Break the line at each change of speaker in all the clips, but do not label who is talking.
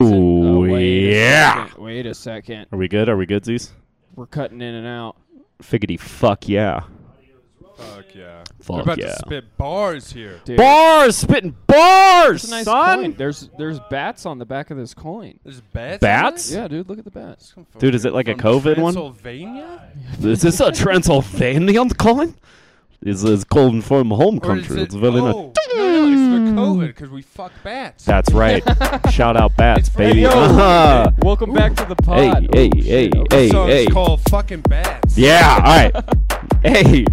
Oh,
Wait a second.
Are we good? Are we good, Zeus?
We're cutting in and out.
Figgity fuck yeah.
Fuck yeah.
Fuck
We're about
yeah.
to spit bars here.
Dude,
Bars! Spitting bars!
that's a nice
son!
coin. There's there's bats on the back of this coin.
There's bats.
Bats?
Yeah, dude, look at the bats.
Dude, is it like a COVID one?
Pennsylvania?
Is this a Transylvanian coin? This is calling from home
Or is
country.
it-
It's well in a-
oh, no, no, it's for COVID because we fuck bats.
That's right. Shout out bats,
It's
baby.
radio.
Uh-huh.
Welcome back to the pod.
hey,
Oh,
hey,
shit.
hey.
so it's called fucking bats.
Yeah, all right. hey.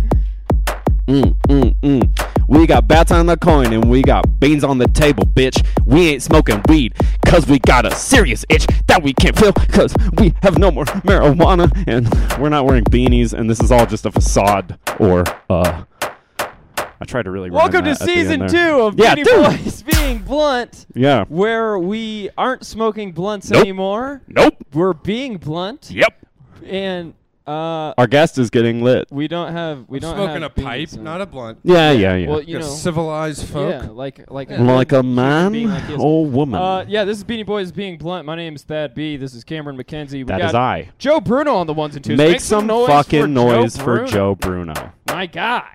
Mm, mm, mm. We got bats on the coin and we got beans on the table, bitch. We ain't smoking weed because we got a serious itch that we can't feel because we have no more marijuana and we're not wearing beanies and this is all just a facade or, uh, I tried to really rhyme
Welcome to
that at the end
season
there.
two of
Yeah,
Beanie
dude.
Boys being blunt,
Yeah.
where we aren't smoking blunts
Nope.
anymore.
Nope.
We're being blunt,
Yep.
and uh,
Our guest is getting lit.
we don't have we don't
Smoking a
have
pipe,
beans in-
not a blunt.
Yeah, yeah, yeah.
well, you
Like a
know,
civilized folk.
yeah, like like
like a
human
man Oh,
being like he is.
or woman.
Uh, yeah, this is Beanie Boys being blunt. My name's Thad B. This is Cameron McKenzie. We
That
got
is I.
Joe Bruno on the ones and twos.
Make some
noise for
fucking noise
Joe
for
Bruno.
Joe Bruno.
my guy.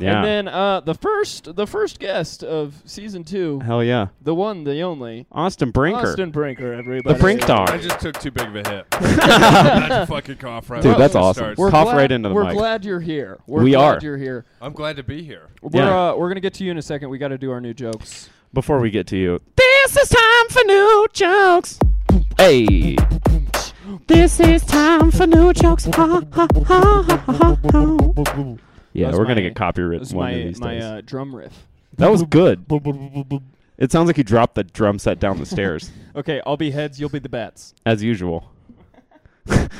Yeah.
And then uh, the first the first guest of season two,
Hell yeah.
the one, the only,
Austin Brinker.
Austin Brinker, everybody.
the Brink
I
Dog.
just took too big of a hit. That's a fucking cough right
Dude,
when
that's
it
awesome.
starts.
We're- Cough right into the
we're
mic.
glad you're here. We're
We
glad
are.
You're here.
I'm glad to be here.
We're
Yeah.
uh, we're gonna get to you in a second. We got to do our new jokes.
Before we get to you, this is time for new jokes. Hey. This is time for new jokes. Ha, ha, ha, ha, ha, ha. Yeah,
That's
we're going to
my-
get copyrighted
That's
one of
my
these
my
days.
uh, drum riff.
that was good. It sounds like you dropped the drum set down the stairs,
Okay, I'll be heads. You'll be the bats.
as usual. that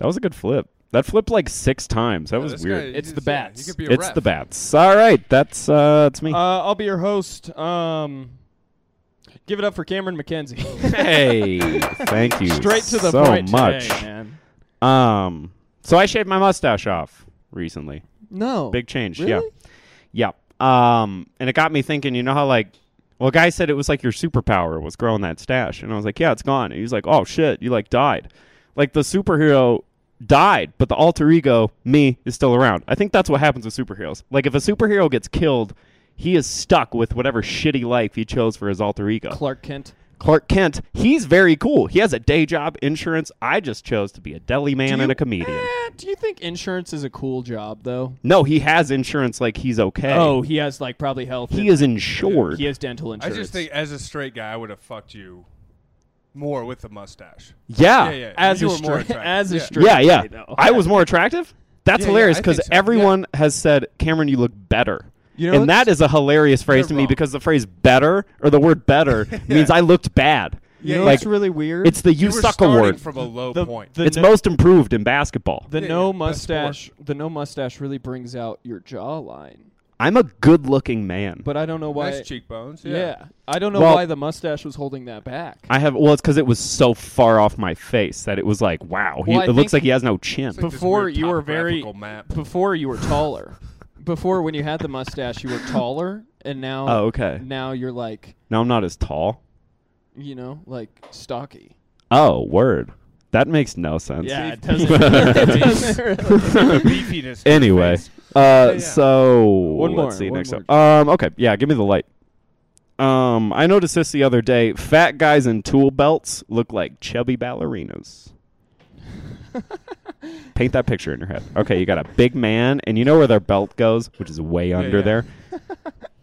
was a good flip. That flipped like six times. That
Yeah,
was
this
weird.
guy-
It's
he-
the
yeah, he
bats.
could be a
It's
ref.
the bats. All right, that's uh, that's me.
Uh, I'll be your host. Um, give it up for Cameron McKenzie.
hey, thank you.
Straight to the
so
point
much.
today, man.
Um, so I shaved my mustache off recently.
No.
Big change.
Really?
Yeah. Yep. Um, and it got me thinking. You know how like, well, a guy said it was like your superpower was growing that stash, and I was like, yeah, it's gone. And he's like, oh shit, you like died. Like the superhero died, but the alter ego me is still around. I think that's what happens with superheroes. Like if a superhero gets killed. He is stuck with whatever shitty life he chose for his alter ego.
Clark Kent.
Clark Kent, he's very cool. He has a day job, insurance. I just chose to be a deli man
Do
and
you-
a comedian.
Eh, do you think insurance is a cool job though?
No, he has insurance like he's okay.
Oh, he has like probably health.
he
and-
is insured.
He has dental
I
insurance.
just think, as a straight guy, I would have fucked you more with a mustache.
yeah.
Yeah, yeah.
as
You
a
were more
straight,
attractive.
as a
Yeah.
straight.
Yeah, yeah.
guy, though.
I was more attractive? That's
Yeah, yeah,
hilarious
I
because
think so.
everyone has said, Cameron, you look better.
You know
and that is a hilarious phrase
You're
to me
wrong.
because the phrase better or the word better means I looked bad.
You know
like,
what's really weird?
it's the you,
were
suck
starting
award.
from a low
the,
point.
the
it's
no,
most improved in basketball.
the
Yeah,
no
yeah, best sport.
mustache. The no mustache really brings out your jawline.
I'm a good looking man.
But I don't know why.
nice cheekbones.
yeah.
Yeah.
I don't know
Well-
why the mustache was holding that back.
I have well, it's because it was so far off my face that it was like, wow, he,
Well, I
it looks like
think-
he has no chin.
It's like this
Before
weird
you were very-
topographical map.
Before you were taller. Before when you had the mustache, you were taller, and now
Oh, okay.
now you're like
Now I'm not as tall.
you know like stocky.
Oh, word, that makes no sense.
Yeah, it
Beef-
doesn't. it doesn't really-
Beefiness.
Anyway, uh,
yeah.
so
One more,
let's see
one
next
more.
up. Um, okay, yeah, give me the light. Um, I noticed this the other day. Fat guys in tool belts look like chubby ballerinas. Paint that picture in your head. Okay, you got a big man, and you know where their belt goes, which is way under
yeah.
there.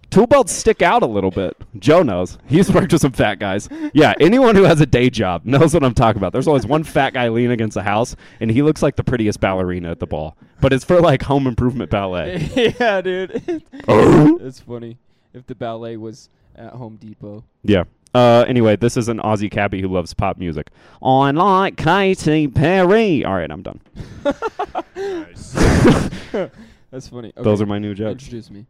Tool belts stick out a little bit. Joe knows. He's worked with some fat guys. Yeah, anyone who has a day job knows what I'm talking about. There's always one fat guy leaning against the house, and he looks like the prettiest ballerina at the ball. But it's for like home improvement ballet.
yeah, dude.
Oh.
it's funny. If the ballet was at Home Depot.
Yeah. Uh, anyway, this is an Aussie cabbie who loves pop music. I like Katy Perry. All right, I'm done.
Nice.
That's funny.
Those
Okay,
are my new jokes.
Introduce me.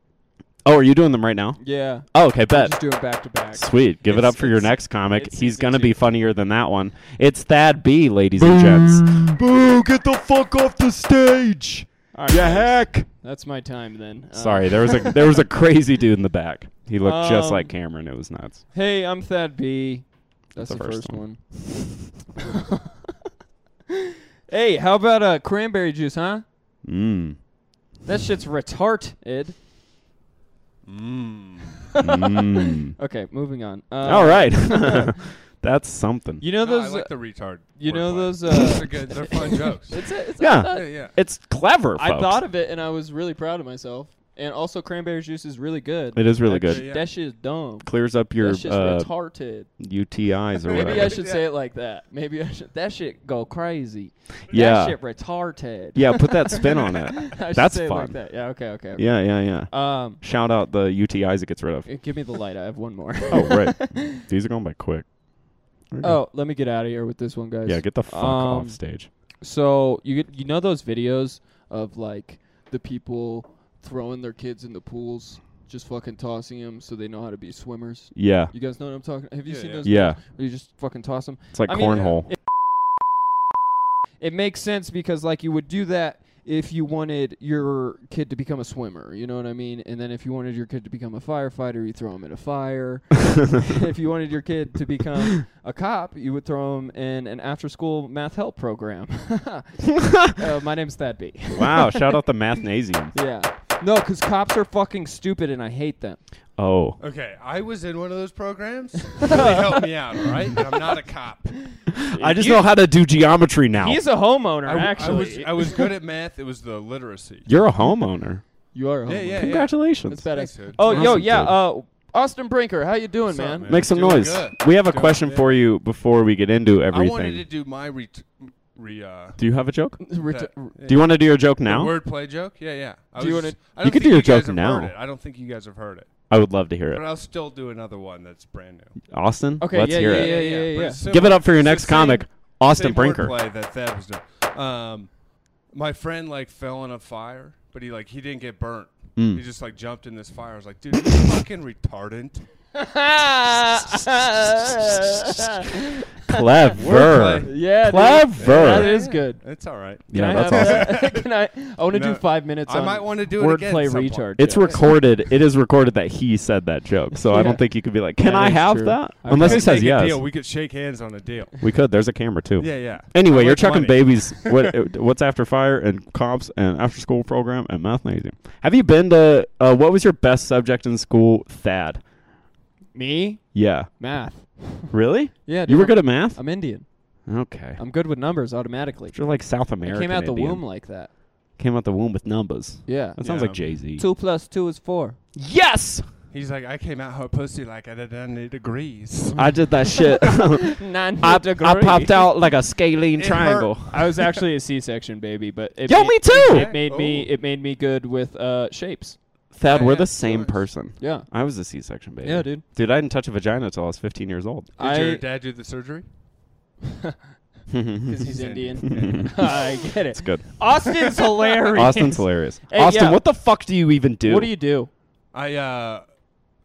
Oh, are you doing them right now?
Yeah.
Oh, okay,
We'll
bet.
Just do it back to back.
Sweet. Give it
It's-
up for your
it's-
next comic.
it's
He's
season
going to
two.
be funnier than that one. It's Thad B, ladies and gents. Boo, get the fuck off the stage.
All
Yeah, heck.
That's my time then. Uh,
Sorry, there was a there was a crazy dude in the back. He looked just
Um,
like Cameron. It was nuts.
Hey, I'm Thad B. That's
The
the,
first
first, one. hey, how about uh, cranberry juice, huh?
Mm.
That shit's retard, Ed.
Mmm.
Mm.
Okay, moving on. Uh,
All right. That's something.
You know
No,
those.
I like
uh,
the retard.
you know
wordplay.
those, uh,
they're good. They're fun jokes.
it's a, it's
Yeah.
I thought-
yeah, yeah.
It's clever.
I
folks.
thought of it and I was really proud of myself. And also, cranberry juice is really good.
it is really good.
Actually, yeah.
That shit is dumb.
Clears up your
that shit's
uh,
retarded.
UTIs or
Maybe
Maybe
whatever.
I should say it like that. Maybe I should. That shit go crazy.
Yeah.
That shit retarded.
yeah, put that spin on it.
I should
That's
say it
fun.
Like that. Yeah. Okay. Okay. okay.
Yeah, yeah, yeah.
Um,
Shout out the UTIs it gets rid of.
eh, give me the light. I have one more.
Oh, right. These are going by quick.
oh, let me get out of here with this one, guys.
Yeah, get the fuck
Um,
off stage.
So you get, you know those videos of like the people throwing their kids in the pools, just fucking tossing them so they know how to be swimmers.
Yeah,
You guys know what I'm talking. Have you
Yeah,
seen
yeah.
those?
yeah.
videos where You just fucking toss them.
It's like
I mean,
cornhole.
It, it makes sense because like you would do that if you wanted your kid to become a swimmer, you know what I mean? And then if you wanted your kid to become a firefighter, you throw him in a fire. if you wanted your kid to become a cop, you would throw him in an after-school math help program. uh, my name's Thad B.
wow, shout out the mathnasium.
yeah. No, because cops are fucking stupid and I hate them.
Oh,
Okay, I was in one of those programs. really helped me out, all right? And I'm not a cop.
I just know how to do geometry now.
He's a homeowner,
I, w- I
actually.
was I was good at math. It was the literacy.
You're a homeowner.
you are a homeowner.
Yeah, yeah, yeah.
That's
Congratulations.
badass.
Thanks, dude.
Oh, yo,
Awesome,
yeah.
dude.
Uh, Austin Brinker, how you doing,
What's up,
man?
man?
Make some
Doing
noise.
good.
We have a
Doing
question
good.
for you before we get into
I wanted
everything.
to do my ret- re. Uh,
do you have a joke?
Ret-
that- yeah.
Do you want to do your joke
The
now?
wordplay joke? Yeah, yeah. I
Do you
was
wanna-
just- I
You
don't
could
think
do your
guys
joke
have
now.
heard it. I don't think you guys have heard it,
I would love to hehear
but
it.
I'll still do another one that's brand new.
Austin,
Okay,
let's
yeah,
hear
yeah,
it.
yeah, yeah, yeah,
but
yeah.
it's similar.
Give it up for your
It's the
next
same-
comic, Austin
same
Brinker.
wordplay that Thad was doing. Um, my friend like fell in a fire, but he like he didn't get burnt.
Mm.
He just like jumped in this fire. I was like, dude, you fucking retardant.
Clever.
Wordplay.
yeah, dude.
Clever.
That is good good.
It's all right.
Can
Yeah,
I
that's
have
awesome.
that? Can I? I want to do
No.
five minutes.
I
on
might want to do it again.
wordplay
at some point.
retard.
It's
jokes.
recorded. It is recorded that he said that joke, so I
Yeah.
don't think you could be like, "Can
That
I
is
have
true.
that?"
I
Unless
could
he
Make
says
a
yes,
deal. We could shake hands on a deal.
we could. There's a camera too.
Yeah, yeah.
Anyway,
I
you're
like
chucking
money.
babies. What, uh, what's after fire and cops and after school program and mathnasium? Have you been to? Uh, what was your best subject in school? Thad.
me
Yeah.
math.
Really?
Yeah, Um, dude,
You were
I'm-
good at math.
I'm Indian.
Okay.
I'm good with numbers automatically.
You're like South
I
American.
came out the
Indian.
womb like that.
Came out the womb with numbers.
Yeah.
That sounds
Yeah.
like Jay Z.
Two plus two is four.
Yes.
He's like, I came out her pussy like at 90 degrees.
I did that shit. I,
Nine
I
degree.
popped out like a scalene
It
triangle.
I was actually a C-section baby, but it
Yo,
made,
me too.
It made me.
Oh.
It made me good with uh, shapes.
Thad,
Yeah,
we're
yeah,
the
of
same
course.
person.
Yeah.
I was a C-section baby.
Yeah, dude.
Dude, I didn't touch a vagina until I was 15 years old.
Did
I
your dad do the surgery?
because he's
He's Indian.
Indian. I get
It's
it.
good.
Austin's hilarious.
Austin's hilarious.
Hey,
Austin,
yeah.
what the fuck do you even do?
What do you do?
I uh,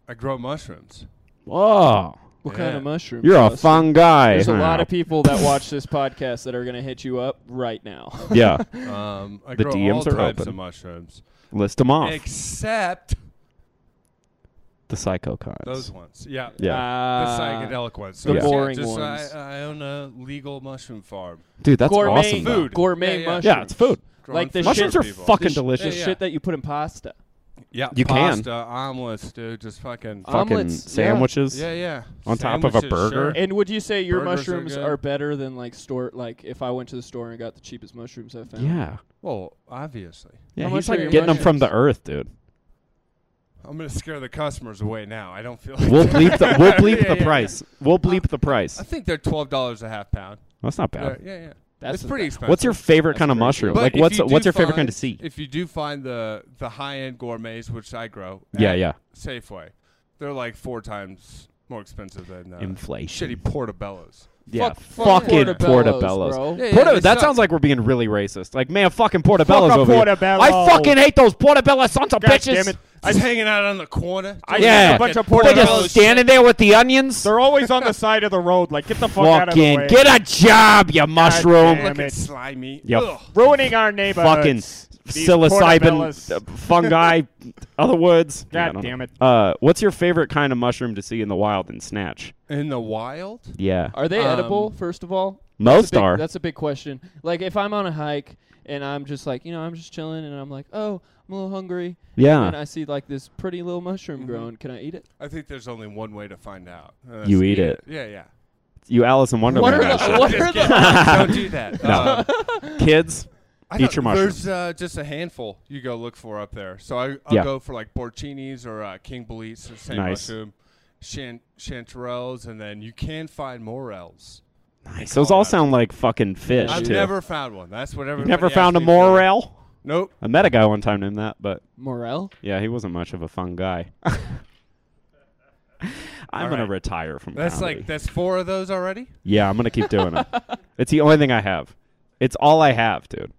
I grow mushrooms.
Whoa,
What
Yeah.
kind of mushrooms?
you're a
Austin?
fun guy.
There's a
huh?
lot of people that watch this podcast that are going to hit you up right now.
Yeah,
Um, I
The
grow
DMs
all
are
types
open.
of mushrooms,
list them off.
except
the psycho cons.
those ones. Yeah,
Yeah,
the
Uh,
psychedelic ones.
the
yeah,
boring
just
ones.
I, I own a legal mushroom farm.
dude, that's
gourmet
awesome. though.
Food.
Gourmet
Yeah, yeah.
mushrooms.
Yeah, it's food.
Growing
Like the
food
Mushrooms
for
are
people.
fucking
The sh-
delicious.
The
Yeah, yeah.
shit that you put in pasta.
Yeah,
You can.
pasta, omelets, dude. Just fucking.
Uh,
Fucking
Omelets, yeah.
sandwiches.
yeah, yeah.
on top of a
Sandwiches,
burger?
sure.
And would you say your
Burgers are
mushrooms
good.
are, better than like store? Like if I went to the store and got the cheapest mushrooms I found.
yeah.
Well, obviously.
Yeah,
How much
he's
are
like
your
getting them from
mushrooms?
the earth, dude.
I'm gonna scare the customers away now. I don't feel. Like
We'll bleep the we'll bleep
Yeah, yeah,
the
yeah.
price. We'll bleep the price.
I think they're twelve dollars a half pound.
That's not
Yeah,
bad.
yeah, yeah.
That's
it's pretty expensive.
What's your favorite
That's
kind of
pretty
mushroom?
good.
Like,
But if
what's
you do
what's your favorite kind
find-
to see?
If you do find the the high end gourmets, which I grow, at
Yeah, yeah.
Safeway, they're like four times more expensive than uh,
Inflation.
shitty portobellos.
Yeah,
Fuck- fuck
fucking
portobellos,
portobellos.
bro. Yeah,
Porto- that sounds like we're being really racist. Like, man, fucking portobellos
Fuck a
over
portobello.
here. I fucking hate those portobello sons of
God
bitches.
damn it.
Just hanging out on the corner.
I
Dude,
Yeah.
see a bunch of
They
portobellos.
just standing there with the onions.
They're always on the side of the road. Like, get the fuck out of the way.
Fucking get a job, you mushroom.
damn
fucking
it.
slimy.
Yep.
Ugh.
Ruining our neighborhood.
Fucking
These
psilocybin
portobellas.
uh, fungi, other words. Yeah, I
God
don't
damn it.
know. Uh, what's your favorite kind of mushroom to see in the wild and snatch?
in the wild.
Yeah,
Are they
Um,
edible? First of all,
most
that's a big,
are.
That's a big question. Like if I'm on a hike and I'm just like you know I'm just chilling and I'm like oh I'm a little hungry and
yeah,
I see like this pretty little mushroom
Mhm.
growing, can I eat it?
I think there's only one way to find out. and that's
You
to
eat it.
Yeah, yeah.
you Alice in Wonderland.
What are
that
the-
shit.
what
Just
are
kidding.
the-
Don't do that.
No.
Um,
Kids,
I
Eat
don't-
your mushroom.
There's uh, just a handful you go look for up there. So I, I'll
Yeah.
go for like porcinis or uh, king boletes or same
Nice.
mushroom, chan- chanterelles, and then you can find morels.
nice. Those all sound like fucking fish
I've
too.
never found one. That's what everybody
Never
asks
found a
me for.
morel.
Nope.
I met a guy one time named that, but
Morel?
yeah, he wasn't much of a fun guy. I'm
All
gonna
right.
retire from
That's
comedy.
like that's four of those already.
yeah, I'm gonna keep doing it. It's the only thing I have. It's all I have, dude.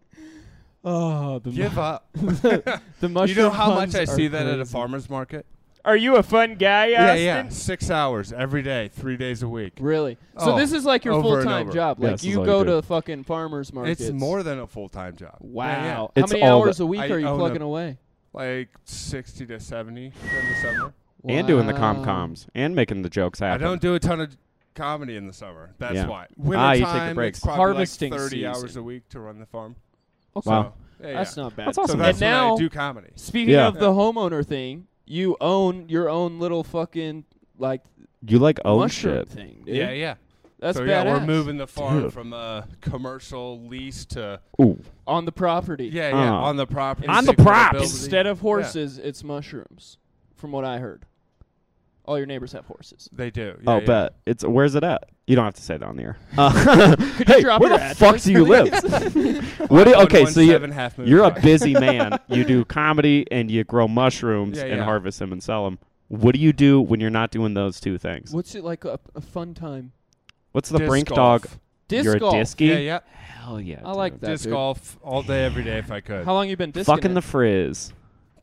Oh, the,
Give up.
the
you
mushroom.
know how much
puns
I
are
see that at a
crazy.
farmer's market?
Are you a fun guy, Austin?
Yeah, yeah. Six hours every day, three days a week.
Really? So
Oh,
this is like your
over and
full-time
over.
job.
Yeah,
Like
this is
you
all
go
you do.
to fucking farmers markets.
It's more than a full time job.
Wow.
Yeah, yeah.
How
It's
many
all
hours
the-
a week
I
are you
own a-
plugging away?
Like sixty to seventy during the summer.
And doing the
Wow.
com coms and making the jokes
I
happen.
don't do a ton of comedy in the summer. That's
Yeah.
why. Winter
Ah, you take the
time,
breaks.
It's probably
Harvesting
like thirty
season.
hours a week to run the farm.
Okay.
Wow.
So, yeah,
That's
yeah.
not bad.
That's
So
awesome.
that's
And now-
when I do comedy.
Speaking
Yeah.
of the homeowner thing, you own your own little fucking like
you like own
mushroom
Oh, shit.
thing, dude.
Yeah, yeah.
That's
so
badass.
yeah, we're moving the farm
Dude.
from a commercial lease to
Ooh,
on the property.
yeah, yeah,
Oh.
on the property.
On
the
Six little
props.
buildings.
Instead of horses, it's mushrooms, from what I heard. All your neighbors have horses.
they do. Yeah,
oh,
yeah.
bet it's where's it at? You don't have to say that on the air. Uh,
Could
hey,
you drop
where
your
the fuck
address,
do you live?
please?
What do you, okay,
117
so you,
half moon
You're a
drive.
busy man. You do comedy and you grow mushrooms
Yeah,
and
yeah.
harvest them and sell them. What do you do when you're not doing those two things?
What's it like a, a fun time?
What's the
Disc
brink
golf.
dog?
Disc
you're
golf.
a disky.
Yeah, yeah.
Hell yeah!
I like
dude.
that.
Disc
dude.
golf all day, every day, if I could.
How long you been discing?
Fucking
it?
the frizz.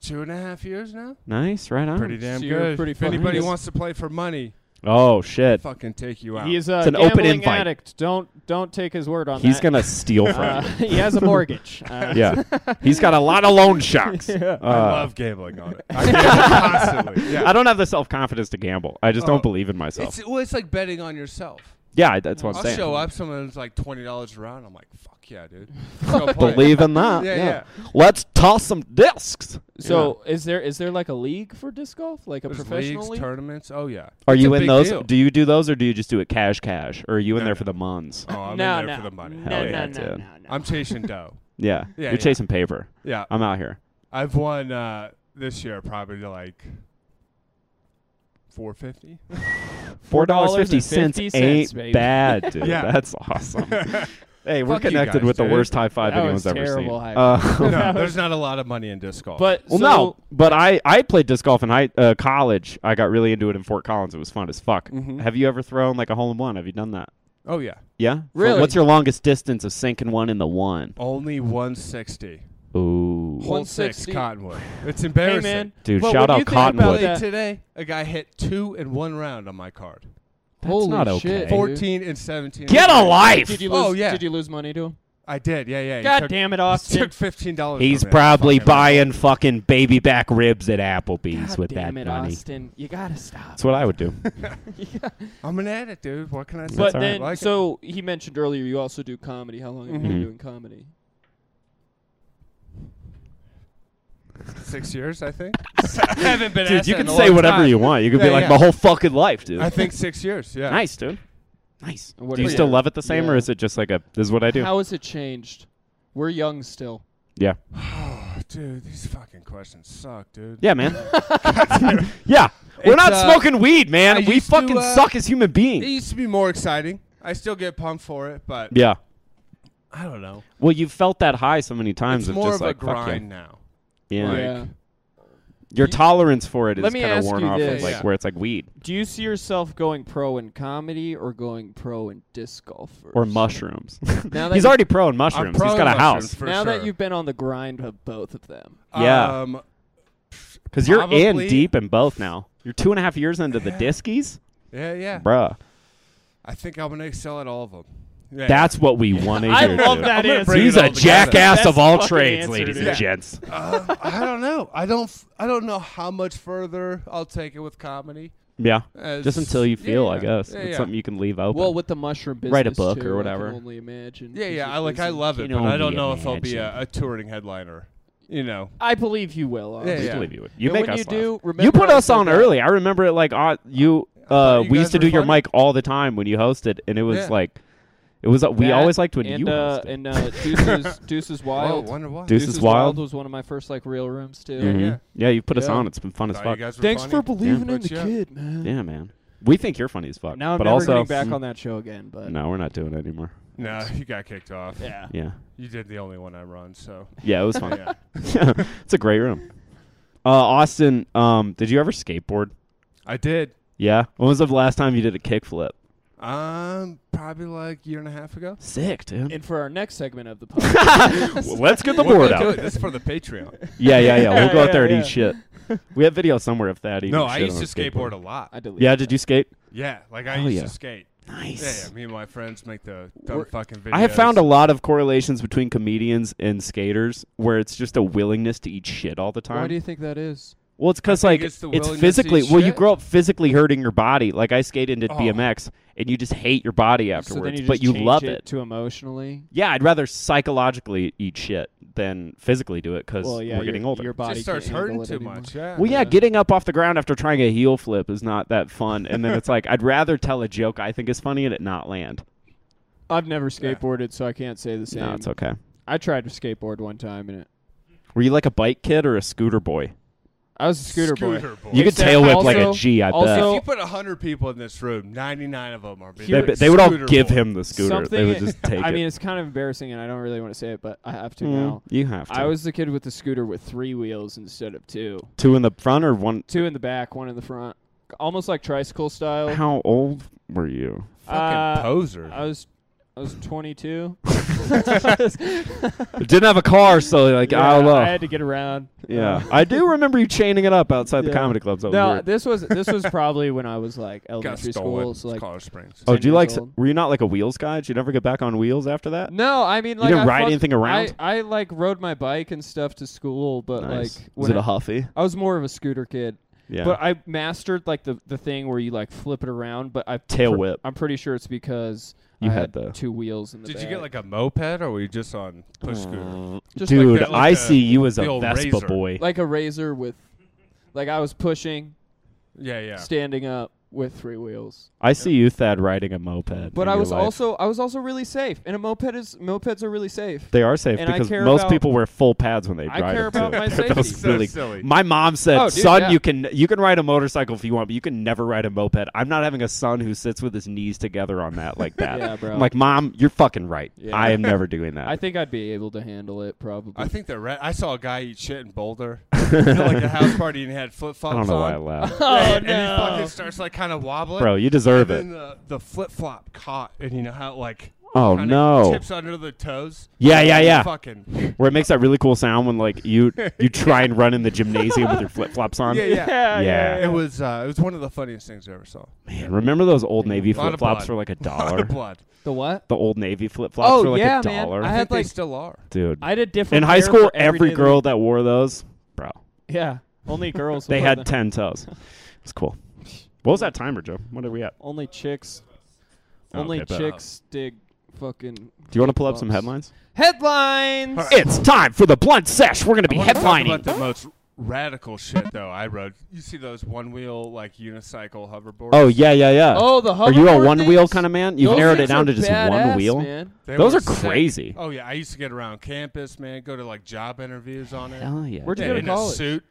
Two and a half years now.
Nice, right on.
Pretty damn
so you're
good.
pretty
if
fucking
anybody
good.
wants to play for money,
oh shit!
fucking take you out.
He is a
It's an open
gambling
invite.
addict. Don't don't take his word on
He's
that.
gonna steal from
Uh,
you.
he has a mortgage. Uh,
Yeah, he's got a lot of loan sharks. Uh,
I love gambling on it. I gamble constantly. Yeah.
I don't have the self confidence to gamble. I just
Oh.
don't believe in myself.
It's well, it's like betting on yourself.
yeah, I- that's what I'm
I'll
saying.
show up. Someone's like twenty dollars around. I'm like, fuck yeah, dude. Let's go play.
Believe in that.
Yeah,
Let's toss some discs.
So is there is there like a league for disc golf? Like a
There's
professional
leagues,
league?
tournaments. Oh yeah.
Are
It's
you
a
in
big
those?
deal.
Do you do those, or do you just do it cash cash? Or are you in
No,
there
no.
for the muns?
Oh, I'm
no,
in there
no.
for the money.
No,
Hell
no,
yeah,
no,
dude.
no, no.
I'm chasing dough.
Yeah,
Yeah,
you're
yeah.
chasing paper.
Yeah,
I'm out here.
I've won uh, this year probably like four fifty.
Four dollars fifty cents
$4.50,
ain't
baby.
bad, dude.
Yeah.
That's awesome. hey, we're
Fuck you
connected
guys,
with
dude.
the worst high five
That
anyone's
was
ever seen.
terrible high
Uh,
no, there's not a lot of money in disc golf.
But
well,
so,
no, but I I played disc golf in high uh, college. I got really into it in Fort Collins. It was fun as fuck.
Mm-hmm.
Mhm.
Have you ever thrown like a hole in one? Have you done that?
oh yeah,
Yeah.
Really?
What's your longest distance of sinking one in the one?
only one sixty.
Ooh.
One-
Hole six
160.
Cottonwood. It's
Hey
embarrassing.
man,
Dude,
But
shout
when
out
you think about
Cottonwood.
that-
Today, a guy hit two in one round on my card.
That's
Holy
not
shit,
okay.
dude.
14 and 17.
Get a life.
Did you lose?
Oh, yeah.
Did you lose money to him?
I did. Yeah, yeah. He
God
took,
damn it,
he
Austin.
Took fifteen dollars.
He's probably buying fucking baby back ribs at Applebee's
God
with
damn
that
it,
money.
Austin! You gotta stop.
That's what I would do.
I'm an addict, dude. What can I say?
But
That's all right.
then,
Like it.
so he mentioned earlier you also do comedy. How long have you been
Mhm.
doing comedy?
six years, I think. I haven't been.
Dude,
asked
you
that
can
in a
say
long
whatever
time.
you want. You can be
Yeah,
like
yeah.
my whole fucking life, dude.
I think six years. Yeah.
nice, dude. Nice.
And what
do you
is
still
it?
love it the same, or
Yeah.
is it just like a? This is what I do.
How has it changed? We're young still.
yeah.
Oh, dude, these fucking questions suck, dude.
Yeah, man. yeah. We're
It's,
not
uh,
smoking weed,
I
man. We
used to,
fucking
uh,
suck as human
It
beings.
used to be more exciting. I still get pumped for it, but
Yeah.
I don't know.
Well, you've felt that high so many times.
It's
of
more
just
of
like,
a
fuck yeah.
grind now.
Yeah.
Like-
yeah.
Your tolerance for it
Let
is
me
kind of
ask
worn
you
off.
this.
Of like
Yeah.
where it's like weed
Do you see yourself going pro in comedy or going pro in disc golf? First?
or mushrooms.
Now that
He's
you-
already pro in mushrooms.
pro
He's
in
got a
mushrooms,
house
for
now that
sure.
you've been on the grind of both of them.
Yeah.
Um,
because you're in
probably-
deep in both now. You're two and a half years into the diskies,
yeah, yeah.
bruh.
I think I'm gonna excel at all of them. Yeah.
That's what we want to
I
hear.
love
dude.
that
I'm gonna
answer.
bring
He's
it
a
all together.
jackass
Best
of all
fucking
trades,
answer,
ladies
dude.
and gents.
Uh, I don't know. I don't. f- I don't know how much further I'll take it with comedy.
Yeah.
As-
Just until you feel, I
yeah,
guess.
Yeah,
it's
yeah.
something you can leave open.
Well, with the mushroom business,
Write a book
too,
or
I can
whatever.
only imagine.
yeah,
'cause
yeah.
it
I like. I
isn't-
love it,
Can
but I
only
don't know if I'll be a,
imagine.
a touring headliner. You know.
I believe you will.
Yeah,
I
honestly.
just
yeah.
believe you. would. You
And
make
when
us
you
laugh.
do,
You
remember
put
I
us
said
on
that-
early. I remember it like uh, you.
thought
Uh,
you
we
guys
used to
were
do your
funny.
mic all the time when you hosted, and it was
Yeah.
like, it was. Uh, we
That
always liked when
and,
you
uh,
hosted.
and uh, Deuces, Deuces
Oh,
Wild.
wonder why.
Deuce- Deuces Wild.
was one of my first like real rooms too.
Mhm.
yeah.
Yeah, you put us
uh, Yeah.
on. It's been fun as
Thought you
fuck.
guys were
Thanks
funny.
for believing in
But
the
yeah.
kid, man.
Yeah, man. We think you're funny as fuck.
Now I'm
but
never
also, Mm.
getting back on that show again. But
no, we're not doing it anymore.
No, you got kicked off.
Yeah.
Yeah,
You did the only one I run, so
yeah, it was fun.
yeah.
it's a great room. Uh, Austin, um, did you ever skateboard?
I did.
Yeah. When was the last time you did a kickflip?
Um, probably like a year and a half ago.
Sick, dude.
And for our next segment of the podcast,
Well, let's get the
We're
board
gonna do
out.
it. This is for the Patreon.
Yeah, yeah, yeah. We'll go out
Yeah,
there and
yeah.
eat shit. We have video somewhere of that. eating
no, I
shit
used
on
to
a
skateboard a lot.
I deleted.
Yeah,
that.
did you skate?
Yeah, like I
Hell
used
yeah.
to skate. Yeah,
Nice.
yeah, me and my friends make the dumb
We're-
fucking videos.
I have found a lot of correlations between comedians and skaters where it's just a willingness to eat shit all the time.
Why do you think that is?
well, it's because
I think
like
it's
it's,
the willingness to
physically.
eat
Well, you
shit.
grow up physically hurting your body. Like I skated into
Oh.
BMX, and you just hate your body
So
afterwards,
then you just
but you
change
love
it to emotionally.
Yeah, I'd rather psychologically eat shit than physically do it because
Well, yeah,
we're getting
your,
older.
Your
It
body
just starts
can't handle
hurting
it
too
anymore.
much. Yeah.
Well, yeah,
Yeah.
getting up off the ground after trying a heel flip is not that fun. And then it's like, I'd rather tell a joke I think is funny and it not land.
I've never
Yeah.
skateboarded, so I can't say the same.
No, it's okay.
I tried to skateboard one time, and it.
Were you like a bike kid or a scooter boy?
I was a scooter, boy.
You could
Except
tail whip like a
also-
G, I
also-
bet.
if you put hundred people in this room, ninety-nine of them are. being
They,
like,
they would all
"Scooter
give
boy."
him the scooter. They
Something-
would just take
I
it.
mean, it's kind of embarrassing, and I don't really want to say it, but I have to
Mm,
now.
you have to.
I was the kid with the scooter with three wheels instead of two.
two in the front or one.
Two in the back, one in the front, almost like tricycle style.
How old were you?
Fucking
Uh,
poser.
I was, I was 22.
Didn't have a car, so like
Yeah,
I don't know.
I had to get around.
yeah, I do remember you chaining it up outside the
Yeah.
comedy clubs. That was
No,
weird.
this was this was probably when I was like
Got
elementary
stolen.
school.
It's
So like,
Colorado Springs.
Oh,
10
do you
years
like? s-
old.
Were you not like a wheels guy? Did you never get back on wheels after that?
no, I mean, like
didn't
I
ride
fucked-
anything around?
I, I like rode my bike and stuff to school, but like
was
when
it
I
a huffy?
I was more of a scooter kid.
Yeah.
But I mastered like the the thing where you like flip it around, but I
Tail
pr-
whip.
I'm pretty sure it's because
You
I
had the-
two wheels in the
Did
back.
you get like a moped, or were you just on push scooter?
Just like
Dude,
that, like
I
the-
see you as
the
a
old
Vespa
razor.
boy.
like a razor with like I was pushing,
Yeah, yeah.
standing up with three wheels.
I see you, Thad, riding a moped.
But
in
I
your
was
life.
also I was also really safe. And a moped is mopeds are really safe.
They are safe
and I
because
care
most
about-
people wear full pads when they
I
drive.
care
it,
about
too.
my
That was
safety.
So
really-
silly.
My mom said,
Oh, dude,
"Son,
yeah.
you can you can ride a motorcycle if you want, but you can never ride a moped." I'm not having a son who sits with his knees together on that like that.
Yeah, bro.
I'm like, "Mom, you're fucking right.
Yeah.
I am never doing that."
I think I'd be able to handle it probably.
I think they're. Ra- I saw a guy eat shit in Boulder, at like a house party, and he had flip
I
flops.
don't know
on.
why I laugh,
Oh,
and, and he fucking
no.
starts like kind of wobbling.
bro. You deserve
and
it.
then the, the flip flop caught, and you know how it, like
Oh
kinda
no.
tips under the toes.
Yeah, yeah, yeah.
Fucking
where it makes that really cool sound when like you you try and run in the gymnasium with your flip flops on.
yeah, yeah.
yeah,
Yeah.
It was uh, it was one of the funniest things I ever saw.
Man, remember those old Navy
Lot
flip
of
flops
blood.
for like a
Lot
dollar?
of blood.
the what?
The old Navy flip flops
Oh
for like
yeah,
a
man.
dollar,
I
I,
had
think
like
they still are.
dude.
I had a
In
different
high
hair
school,
for
every
everything.
girl that wore those, bro,
Yeah, only girls.
they
will
had
put them.
ten toes. It's cool. What was that timer, Joe? What are we at?
Only chicks.
Oh,
Only
okay,
uh,
bet.
chicks dig fucking.
Do you want to pull up some
flip-flops.
headlines?
Headlines.
It's time for the blunt sesh. We're gonna be
I wanna talk
headlining.
about the most radical shit though. I rode. You see those one wheel like unicycle hoverboards?
Oh yeah, yeah, yeah.
Oh, the
are you a
hoverboard
one wheel
things?
kind of man? You've
Those
narrowed it
things
down
are
to just
badass,
one wheel.
man.
They
Those
were
are
sick.
crazy.
Oh yeah, I used to get around campus, man. Go to like job interviews on it.
Hell yeah.
Where'd you
Yeah,
go to
dude.
in a
college?
suit.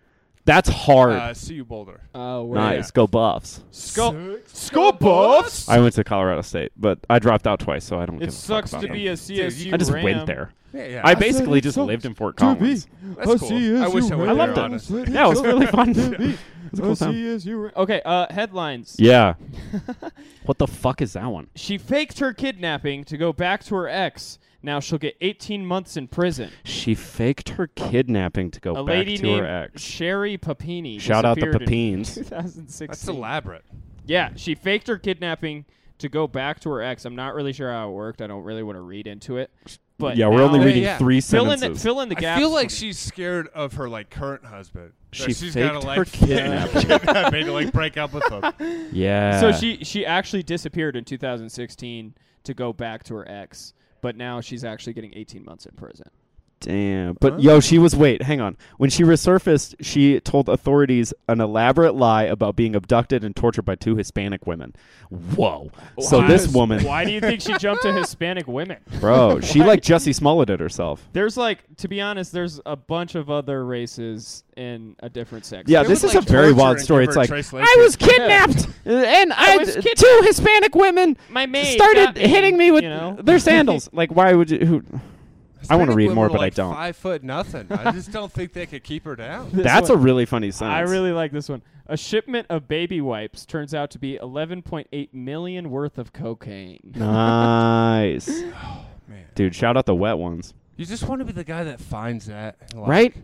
That's hard.
Uh, CU Boulder.
Oh, word.
nice. Go Buffs.
Skull,
School buffs.
I went to Colorado State, but I dropped out twice, so I don't. give
It
a fuck
sucks
about
to
them.
be a CSU.
you-
I just
ram.
went there.
Yeah, yeah.
I
I,
basically
it
just
sucks
lived in Fort
to be
Collins.
that's cool. I wish I went
I
there,
loved it.
honestly.
Yeah, it was really fun. It was a cool time.
Okay, uh, headlines.
Yeah. what the fuck is that one?
She faked her kidnapping to go back to her ex. Now she'll get 18 months in prison.
She faked her kidnapping to go
A
back
lady
to
named
her ex.
Sherry Papini.
Shout out to
disappeared in
Papines.
2016.
That's elaborate.
Yeah, she faked her kidnapping to go back to her ex. I'm not really sure how it worked. I don't really want to read into it. But
yeah, we're only
now-
Hey,
reading
yeah.
three
fill in
sentences.
the fill in the
I
gaps.
feel like
for me.
she's scared of her like current husband.
She
has gotta,
faked
like,
her kidnapping.
kidnapping to like break up with him.
yeah.
so she she actually disappeared in 2016 to go back to her ex, but now she's actually getting 18 months in prison.
Damn. But yo, she was wait, hang on. When she resurfaced, she told authorities an elaborate lie about being abducted and tortured by two Hispanic women. Whoa. So
Why-
this woman,
Why do you think she jumped to Hispanic women?
bro, she like Jesse Smollett it herself.
There's like, to be honest, there's a bunch of other races in a different sex.
Yeah,
It
this
was,
is
like,
a very
torture
wild
and
story.
give
It's
her
like
translation.
I was kidnapped and I,
was
d-
kidnapped.
two Hispanic women
my maid
started
got me,
hitting me with
you know?
their sandals. like why would you who I wanna
Hispanic
read
women
more,
are,
but I
like,
don't.
Five foot nothing. I just don't think they could keep her down.
This
That's
one-
a really funny sentence.
I really like this one. A shipment of baby wipes turns out to be 11.8 million worth of cocaine.
nice.
Man,
Dude, shout out the wet ones.
you just want to be the guy that finds that, like,
Right?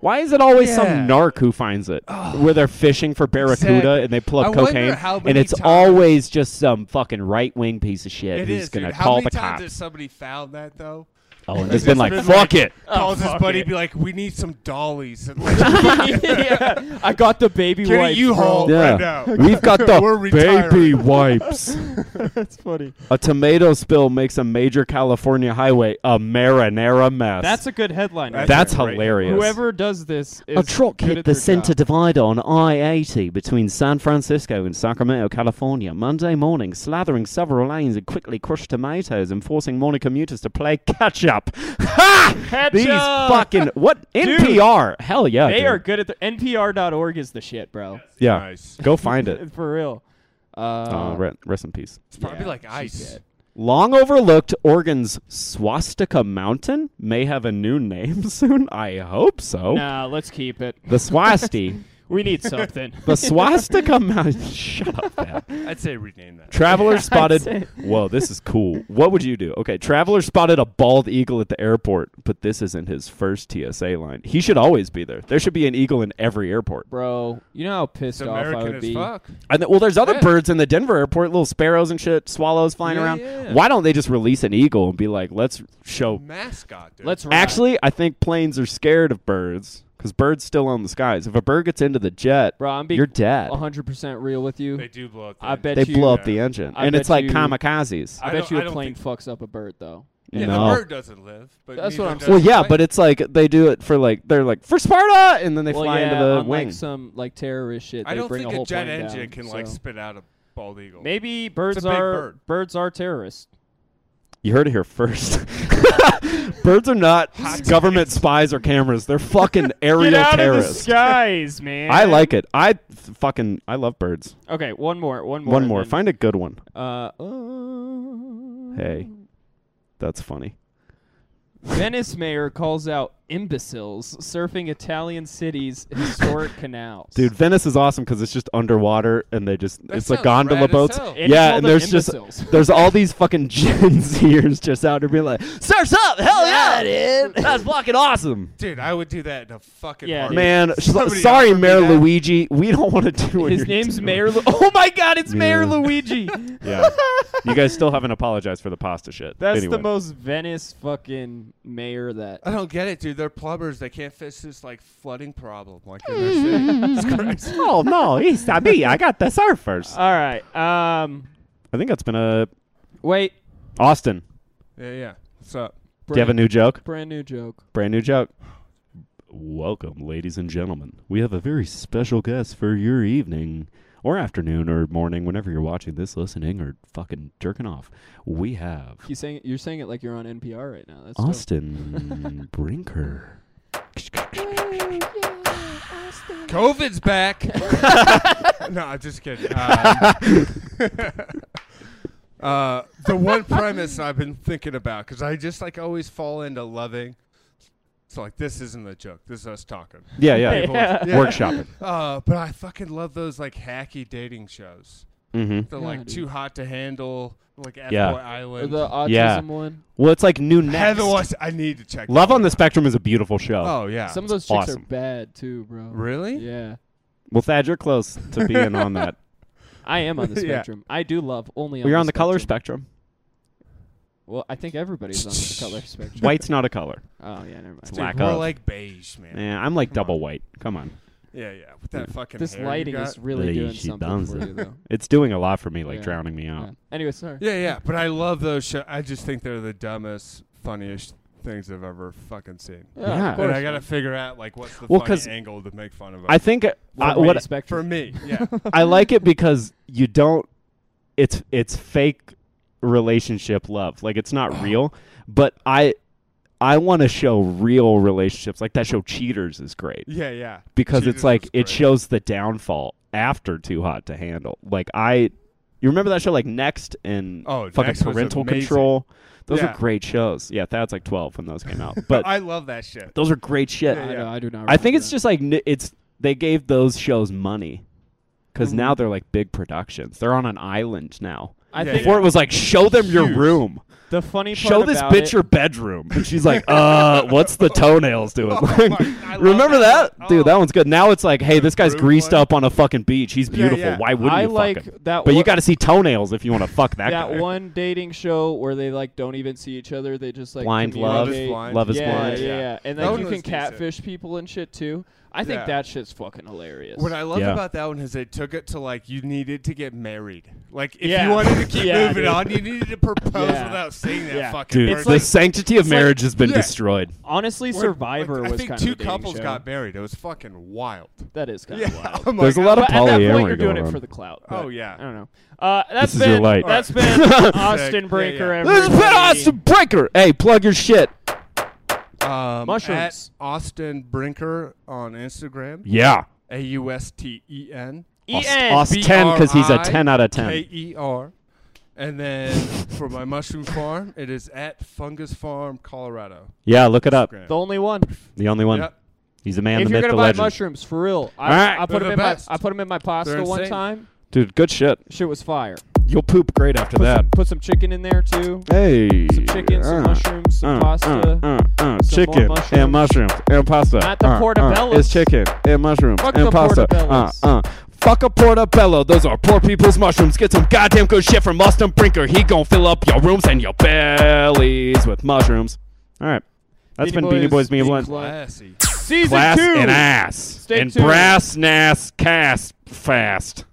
Why is it always
Yeah.
some narc who finds it? Where they're fishing for barracuda
Exactly.
and they pull up
I wonder
cocaine,
how
and
many
it's
times-
always just some fucking right wing piece of shit
It
who's
is,
gonna
dude. How
call
many
the
times
cops.
has somebody found that though?
Oh, and
Has
it's been
this
like,
been
Oh, fuck
like-
it.
Calls his
fuck
buddy,
it.
be like, "We need some dollies." And
yeah, I got the baby
Get a
wipes.
U-Haul
bro.
Yeah.
right now.
We've got
We're
the
retiring.
baby wipes.
That's funny.
a tomato spill makes a major California highway a marinara mess.
That's a good headline. right
That's
That's
a great-
hilarious.
Whoever does this is
A truck
good
hit
at
the
their
center
job.
divider on I 80 between San Francisco and Sacramento, California, Monday morning, slathering several lanes and quickly crushed tomatoes and forcing morning commuters to play catch up. Ha!
Catch
These
up!
fucking. What? NPR! Hell yeah.
They
dude.
are good at the NPR.org is the shit, bro.
Yeah.
Nice.
Go find it.
For real. Uh,
Uh, re- rest in peace.
It's probably
Yeah,
like
she's
ice.
dead.
Long overlooked Oregon's Swastika Mountain may have a new name soon. I hope so.
Nah, let's keep it.
Oh. The Swasti.
We need something.
the Swastika Mountain. Shut up, man.
I'd say rename that.
Traveler spotted.
say-
Whoa, this is cool. What would you do? Okay, traveler spotted a bald eagle at the airport, but this isn't his first TSA line. He should always be there. There should be an eagle in every airport.
Bro, you know how pissed
It's
off I
American
would
as
be.
fuck.
And th- well, there's other
Yeah.
birds in the Denver airport, little sparrows and shit, swallows flying
Yeah,
around.
yeah.
Why don't they just release an eagle and be like, let's show?
Mascot, dude.
Let's ride.
Actually, I think planes are scared of birds because birds still own the skies. If a bird gets into the jet,
bro, I'm being
you're dead.
100% real with you.
They do blow up.
I
the-
bet
They
you.
blow up the engine,
I
and it's
bet
like
you-
kamikazes.
I,
I
bet
don't-
you
I
a
don't
plane
think-
fucks up a bird though.
Yeah,
no.
the bird doesn't live. But
That's what
neither
I'm
does
Well,
the
yeah,
plane.
but it's like they do it for like they're like for Sparta, and then they
well,
fly
yeah,
into the
unlike
wing.
some like terrorist shit,
I
they
don't
bring
think
a
a,
whole
jet
plane
engine
down,
can
so.
like spit out a bald eagle.
Maybe birds
big
are
bird.
birds are terrorists.
You heard it here first. Birds are not government spies or cameras. They're fucking aerial terrorists.
skies, man.
I like it. I f- fucking I love birds.
Okay, one more, one more,
one
and
more.
then-
Find a good one.
Uh, Oh.
Hey, that's funny.
Venice mayor calls out imbeciles surfing Italian city's historic canals.
Dude, Venice is awesome because it's just underwater and they just
That
it's like
sounds
gondola
rad as
boats.
hell.
And he
yeah,
called
and
them
there's just
imbeciles.
there's all these fucking Gen Zers just out there being like, "Surf's up, hell yeah, dude, that's fucking awesome."
dude, I would do that in a fucking
Yeah,
heartbeat.
Man, sh-
Somebody
sorry,
offered me
Mayor
that.
Luigi. We don't want to do what
His
you're
name's
doing.
Mayor. Lu- oh my God, it's Mayor
Yeah.
Luigi.
Yeah, you guys still haven't apologized for the pasta shit.
That's
anyway.
the most Venice fucking mayor that.
I don't get it, dude. They're plumbers. They can't fix this like flooding problem like in their
Mm-hmm.
city. Jesus Christ.
Oh no, it's not me. I got the surfers.
All right. Um,
I think that's been a
wait.
Austin.
Yeah, yeah. What's up?
Do you have a new joke?
brand new joke?
Brand new joke. Welcome, ladies and gentlemen. We have a very special guest for your evening or afternoon or morning, whenever you're watching this, listening, or fucking jerking off. We have
You saying you're saying it like you're on NPR right now. That's dope.
Austin Brinker.
COVID's back. no, I'm just kidding. Um, uh, the one premise I've been thinking about because I just like always fall into loving. So like this isn't a joke. This is us talking.
Yeah, yeah.
Yeah.
Workshopping.
Uh, but I fucking love those like hacky dating shows.
Mm-hmm.
They're like
dude.
too hot to handle. Like F
Yeah.
Boy
Or
Island.
the autism
Yeah.
one.
Well, it's like new next.
Heather was. I need to check.
Love
that
on the
one
Spectrum is a beautiful show.
out. Oh yeah.
Some of those chicks
awesome.
are bad too, bro.
really?
Yeah.
Well, Thad, you're close to being on that.
I am on the
Yeah.
spectrum. I do love only.
Well, you're on the color
spectrum.
spectrum.
Well, I think everybody's on the color spectrum.
White's not a color.
Oh yeah, never
It's
mind.
Dude,
lack
we're
of.
like beige, man.
Man, I'm like
Come
double
on.
white. Come on.
Yeah, yeah. With that fucking
This
hair you
lighting
got.
is really
Hey,
doing
she
something for
bouncing.
you though.
It's doing a lot for me, like
Yeah.
drowning me out.
Yeah. Anyway, sorry.
Yeah, yeah. But I love those shows. I just think they're the dumbest, funniest things I've ever fucking seen.
Yeah. But
But
of course.
I gotta figure out like what's the
Well, 'cause
funny angle to make fun of.
I
it.
think uh, I,
Love
what
Mighty spectrum.
for me, yeah.
I like it because you don't. It's it's fake relationship love. Like it's not real. But I I want to show real relationships. Like that show Cheaters is great
Yeah, yeah.
because
Jesus
it's like
was
it
great.
shows the downfall after Too Hot to Handle. Like I, you remember that show like Next and
Oh,
fucking
Next was
Parental
amazing.
Control. Those
Yeah.
are great shows. Yeah, that's like twelve when those came out. But
I love that shit.
those are great shit.
Yeah,
I,
yeah.
know, I do not.
I think
remember
it's
that.
just like n- it's they gave those shows money because
Mm-hmm.
Mhm.
now they're like big productions. They're on an island now.
I
Yeah,
think
Before it was like show them your
Huge.
room,
the funny part
show this
about
bitch
it,
your bedroom, and she's like, uh, what's the toenails doing?
Oh
Like,
my- I love
remember that,
that one.
dude?
Oh.
That one's good. Now it's like, hey, this guy's
Rude
greased
one.
up on a fucking beach. He's beautiful.
yeah.
Why wouldn't
I
you
like
fuck him?
that.
But
one-
you got to see toenails if you want to fuck that,
that
guy.
one dating show where they like don't even see each other. They just like
Blind love.
communicate.
Love is
yeah,
blind.
Yeah,
Yeah.
yeah. And
That
like
one
you
was
can
decent.
catfish people and shit too. I think
Yeah.
that shit's fucking hilarious.
Oh, What I love
Yeah.
about that one is they took it to like you needed to get married. Like if
Yeah.
you wanted to keep
Yeah,
moving
dude.
on, you needed to propose
Yeah.
without saying that
Yeah.
fucking
Dude,
word.
the sanctity of
like-
marriage has been
yeah.
destroyed.
Honestly,
Like, like,
Survivor was
I think
kind
two
of a dating
couples
show.
got married. It was fucking wild.
That is kind of
Yeah,
wild.
I'm
There's
like,
a lot of
But at that point, you're
polyamory
doing
going
it for
on.
the clout.
Oh
but
yeah.
I don't know. Uh, that's
is
been
your light.
that's been Austin
Yeah,
Breaker.
yeah.
This is
everybody.
Austin Breaker. Hey, plug your shit.
Um,
Mushrooms.
At Austin Brinker on Instagram.
Yeah.
A U S T E N.
Aust-
EN.
Aust- It's 10 'cause he's a 10 out of 10.
K E R. And then for my mushroom farm, it is at Fungus Farm, Colorado.
Yeah, look it up.
Instagram.
The only one.
The only one.
Yep.
He's a man,
if
the
you're
myth,
gonna
the
buy
legend.
mushrooms for real, I,
Alright.
I put
They're
them
the
in my
best.
I put 'em in my pasta
They're
one
insane.
time.
Dude, good shit.
Shit was fire.
You'll poop great after
Put
that.
some, put some chicken in there too.
hey.
Some chicken, some
uh,
mushrooms, some
uh,
pasta.
uh, uh, uh,
some more
chicken
mushrooms.
and mushrooms and pasta.
Not the
Uh, uh,
portobellos.
it's chicken and mushrooms
Fuck
and
the
pasta. Uh,
portobellos.
uh. Fuck a portobello. Those are poor people's mushrooms. Get some goddamn good shit from Austin Brinker. He gon' fill up your rooms and your bellies with mushrooms. All right. that's
Beanie
been Beanie
Boys,
Boys Me
Beanie
Blunt.
Club.
Classy.
Season
Class
two.
and ass.
Stay
and
tuned.
brass, nass, cast, fast.